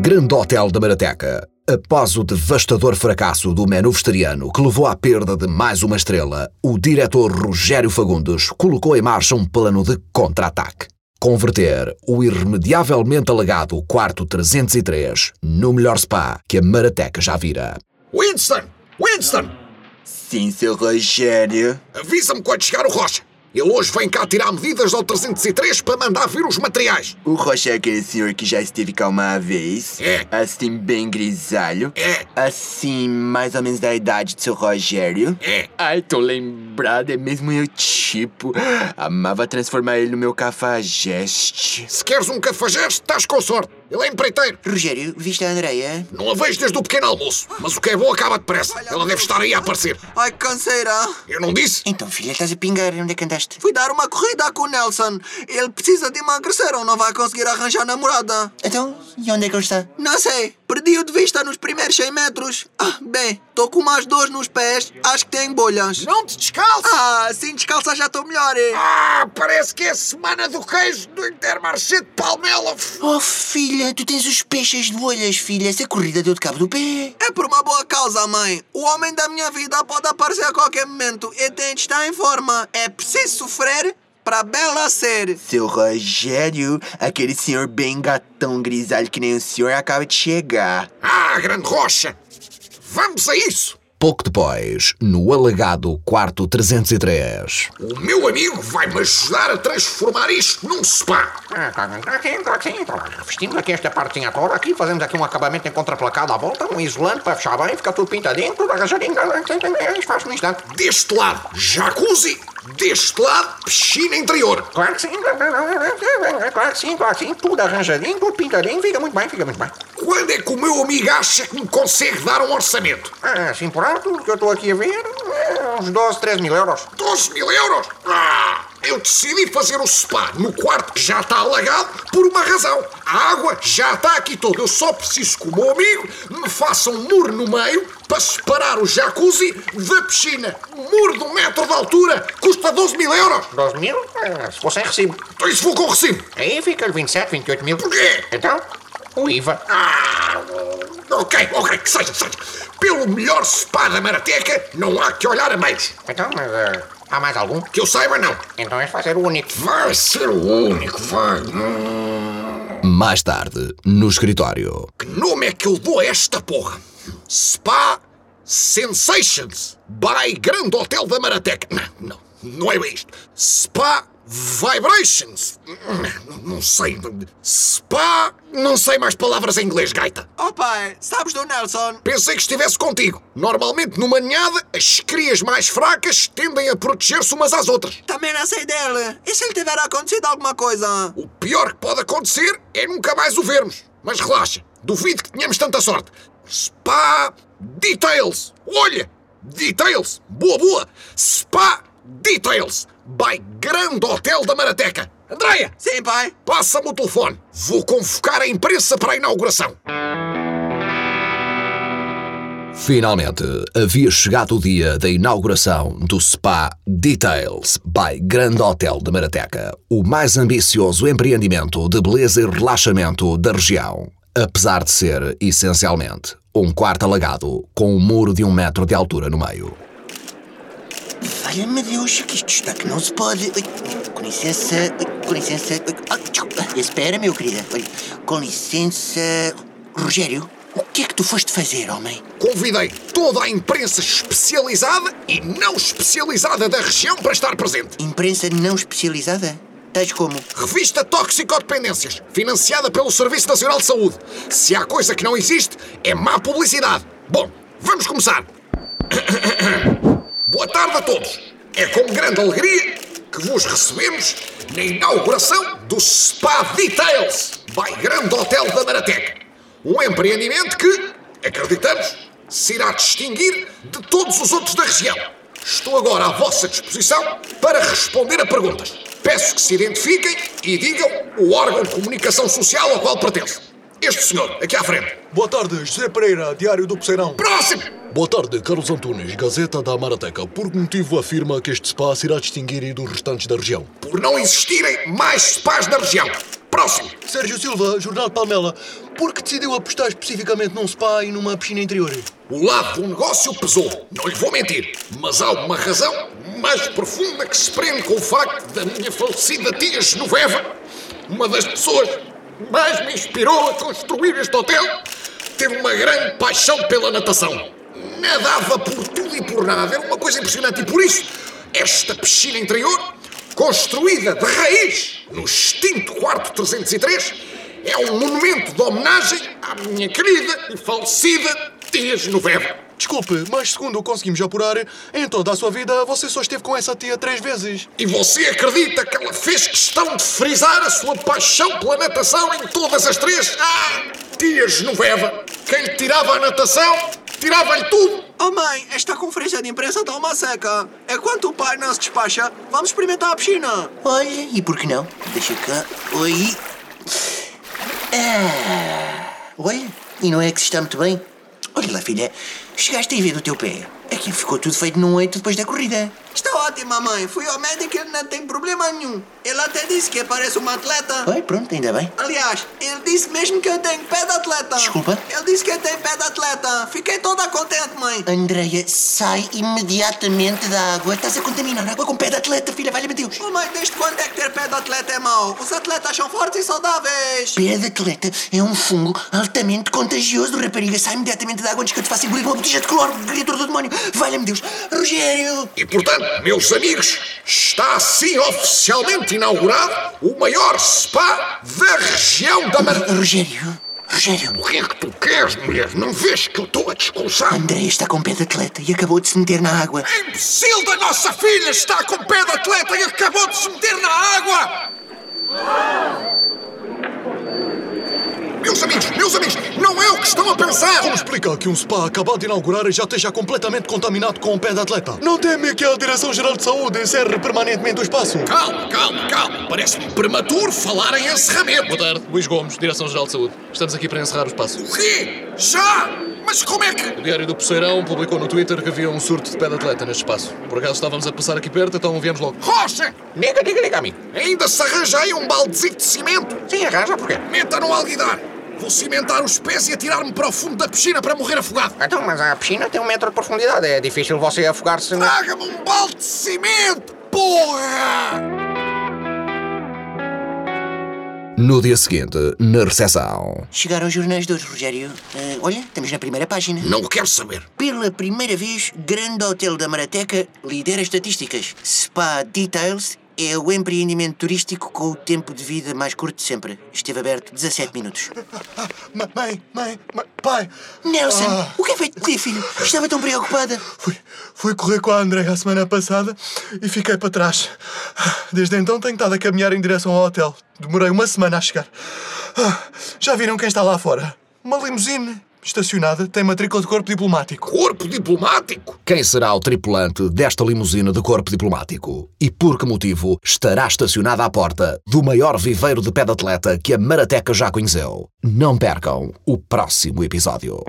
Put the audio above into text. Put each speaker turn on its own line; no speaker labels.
grande hotel da Marateca. Após o devastador fracasso do menu vegetariano, que levou à perda de mais uma estrela, o diretor Rogério Fagundes colocou em marcha um plano de contra-ataque. Converter o irremediavelmente alagado quarto 303 no melhor spa que a Marateca já vira.
Winston! Winston!
Sim, seu Rogério.
Avisa-me quando chegar o Rocha. Ele hoje vem cá tirar medidas ao 303 para mandar vir os materiais.
O Rocha é aquele senhor que já esteve cá uma vez.
É.
Assim, bem grisalho.
É.
Assim, mais ou menos da idade do seu Rogério.
É.
Ai, tô lembrado, é mesmo eu tipo. Amava transformar ele no meu cafajeste.
Se queres um cafajeste, estás com sorte. Ele é empreiteiro.
Rogério, viste a Andreia?
Não a vejo desde o pequeno almoço. Mas o que é bom acaba depressa. Ela deve estar aí a aparecer.
Ai, canseirão.
Eu não disse?
Então, filha, estás a pingar onde é que andaste?
Fui dar uma corrida com o Nelson. Ele precisa de emagrecer ou não vai conseguir arranjar namorada.
Então, e onde é que ele está?
Não sei. Perdi-o de vista nos primeiros 100 metros. Ah, bem, estou com mais dores nos pés. Acho que tem bolhas.
Não te descalças!
Ah, sim, descalça já estou melhor. eh?
Ah, parece que é a semana do queijo do Intermarché de Palmela.
Oh, filha, tu tens os peixes de bolhas, filha. Essa corrida deu de cabo do pé.
É por uma boa causa, mãe. O homem da minha vida pode aparecer a qualquer momento. E tem de estar em forma. É preciso sofrer para bela ser.
Seu Rogério, aquele senhor bem gatão grisalho que nem o senhor acaba de chegar.
Ah, grande rocha. Vamos a isso.
Pouco depois, no alagado quarto 303.
O meu amigo vai-me ajudar a transformar isto num spa.
Entra aqui, entra aqui, entra. tá, Vestindo aqui esta partinha toda aqui, fazemos aqui um acabamento em contraplacado à volta, um isolante para fechar bem, fica tudo pintadinho, tudo arranjadinho, tá, faz no instante.
Deste lado, jacuzzi. Deste lado, piscina interior.
Claro que sim, claro que sim, claro que sim, tudo arranjadinho, tudo pintadinho, fica muito bem, fica muito bem.
Quando é que o meu amigo acha que me consegue dar um orçamento?
Ah, assim por alto, o que eu estou aqui a ver, é uns 12, 13 mil euros.
12 mil euros? Ah! Eu decidi fazer o spa no quarto que já está alagado por uma razão. A água já está aqui toda. Eu só preciso que o meu amigo me faça um muro no meio para separar o jacuzzi da piscina. Um muro de um metro de altura custa 12 mil euros.
12 mil, ah, se fosse em recibo.
Então isso vou com o recibo.
Aí fica-lhe 27, 28 mil.
Porquê?
Então, o IVA.
Ah, ok, ok, que seja, seja. Pelo melhor spa da Marateca, não há que olhar a meios.
Então, mas ah, há mais algum?
Que eu saiba, não.
Então este vai ser o único.
Vai ser o único, vai.
Mais tarde, no escritório.
Que nome é que eu dou a esta porra? Spa Sensations by Grande Hotel da Marateca. Não, não, não é bem isto. Spa Vibrations. Não, não sei. Spa. Não sei mais palavras em inglês, gaita.
Oh pai, sabes do Nelson?
Pensei que estivesse contigo. Normalmente, numa ninhada, as crias mais fracas tendem a proteger-se umas às outras.
Também não sei dele. E se lhe tiver acontecido alguma coisa?
O pior que pode acontecer é nunca mais o vermos. Mas relaxa, duvido que tenhamos tanta sorte. Spa Details. Olha! Details. Boa, boa. Spa Details. By Grande Hotel da Marateca. Andreia,
Sim, pai.
passa-me o telefone. Vou convocar a imprensa para a inauguração.
Finalmente, havia chegado o dia da inauguração do Spa Details by Grande Hotel de Marateca, o mais ambicioso empreendimento de beleza e relaxamento da região, apesar de ser, essencialmente, um quarto alagado com um muro de um metro de altura no meio.
Valha-me Deus, que isto está que não se pode. Ai, Com licença, ai, com licença. Ai, ah, desculpa. Espera, meu querida. Olha, Com licença. Rogério, o que é que tu foste fazer, homem?
Convidei toda a imprensa especializada e não especializada da região para estar presente.
Imprensa não especializada? Tais como?
Revista Toxicodependências, financiada pelo Serviço Nacional de Saúde. Se há coisa que não existe, é má publicidade. Bom, vamos começar. Boa tarde a todos. É com grande alegria que vos recebemos na inauguração do Spa Details, by Grande Hotel da Maratec. Um empreendimento que, acreditamos, se irá distinguir de todos os outros da região. Estou agora à vossa disposição para responder a perguntas. Peço que se identifiquem e digam o órgão de comunicação social ao qual pertence. Este senhor, aqui à frente.
Boa tarde, José Pereira, Diário do Poceirão.
Próximo!
Boa tarde, Carlos Antunes, Gazeta da Marateca. Por que motivo afirma que este spa se irá distinguir dos restantes da região?
Por não existirem mais spas na região. Próximo!
Sérgio Silva, Jornal Palmela. Por que decidiu apostar especificamente num spa e numa piscina interior?
O lado do negócio pesou, não lhe vou mentir, mas há uma razão mais profunda que se prende com o facto da minha falecida tia Genoveva, uma das pessoas que mais me inspirou a construir este hotel, teve uma grande paixão pela natação. Nadava por tudo e por nada, era uma coisa impressionante e por isso esta piscina interior, construída de raiz no extinto quarto 303, é um monumento de homenagem à minha querida e falecida tia Genoveva.
Desculpe, mas segundo conseguimos apurar, em toda a sua vida você só esteve com essa tia três vezes.
E você acredita que ela fez questão de frisar a sua paixão pela natação em todas as três? Ah, tia Genoveva, quem lhe tirava a natação, tirava-lhe tudo.
Oh mãe, esta conferência de imprensa está uma seca. Enquanto o pai não se despacha, vamos experimentar a piscina.
Olha, e por que não? Deixa cá. Oi. Ah, olha, e não é que se está muito bem? Olha lá, filha, chegaste aí ver do teu pé. Aqui ficou tudo feito num oito depois da corrida.
Está ótima, mãe. Fui ao médico e ele não tem problema nenhum. Ele até disse que parece uma atleta.
Olha, pronto, ainda bem.
Aliás, ele disse mesmo que eu tenho pé de atleta.
Desculpa?
Ele disse que eu tenho pé de atleta. Fiquei toda contente, mãe.
Andreia, sai imediatamente da água. Estás a contaminar a água com pé de atleta, filha, valha-me Deus.
Oh, mãe, desde quando é que ter pé de atleta é mau? Os atletas são fortes e saudáveis.
Pé de atleta é um fungo altamente contagioso, rapariga. Sai imediatamente da água antes que eu te faça engolir uma botija de cloro, criatura do demónio. Valha-me Deus. Rogério!
E portanto, meus amigos, está assim oficialmente inaugurado o maior spa da região da Mar...
Rogério! Rogério!
O que é que tu queres, mulher? Não vês que eu estou a discursar?
Andreia está com pé de atleta e acabou de se meter na água.
A imbecil da nossa filha está com pé de atleta e acabou de se meter na água! Meus amigos, meus amigos, não é o que estão a pensar!
Como explica que um spa acabado de inaugurar e já esteja completamente contaminado com o pé de atleta? Não teme que a Direção-Geral de Saúde encerre permanentemente o espaço?
Calma, calma, calma. Parece-me prematuro falar em encerramento.
Boa tarde, Luís Gomes, Direção-Geral de Saúde. Estamos aqui para encerrar o espaço.
O quê? Já? Mas como é que...
O Diário do Poceirão publicou no Twitter que havia um surto de pé de atleta neste espaço. Por acaso estávamos a passar aqui perto, então viemos logo.
Rocha!
Nega, diga, diga a mim.
Ainda se arranja aí um baldezinho de cimento?
Sim, arranja porquê?
Meta no alguidar! Vou cimentar os pés e atirar-me para o fundo da piscina para morrer afogado!
Então, mas a piscina tem um metro de profundidade. É difícil você afogar-se na...
Traga-me um balde de cimento, porra!
No dia seguinte, na recepção.
Chegaram os jornais de hoje, Rogério.
Eh,
Ah, olha, estamos na primeira página.
Não quero saber.
Pela primeira vez, Grande Hotel da Marateca lidera estatísticas. Spa Details é o empreendimento turístico com o tempo de vida mais curto de sempre. Esteve aberto 17 minutos.
Mãe, mãe, mãe, pai!
Nelson,
Ah.
o que é feito de ti, filho? Estava tão preocupada.
Fui, fui correr com a Andréia a semana passada e fiquei para trás. Desde então tenho estado a caminhar em direção ao hotel. Demorei uma semana a chegar. Ah, Já viram quem está lá fora? Uma limusine estacionada tem matrícula de corpo diplomático.
Corpo diplomático?
Quem será o tripulante desta limusina de corpo diplomático? E por que motivo estará estacionada à porta do maior viveiro de pé de atleta que a Marateca já conheceu? Não percam o próximo episódio.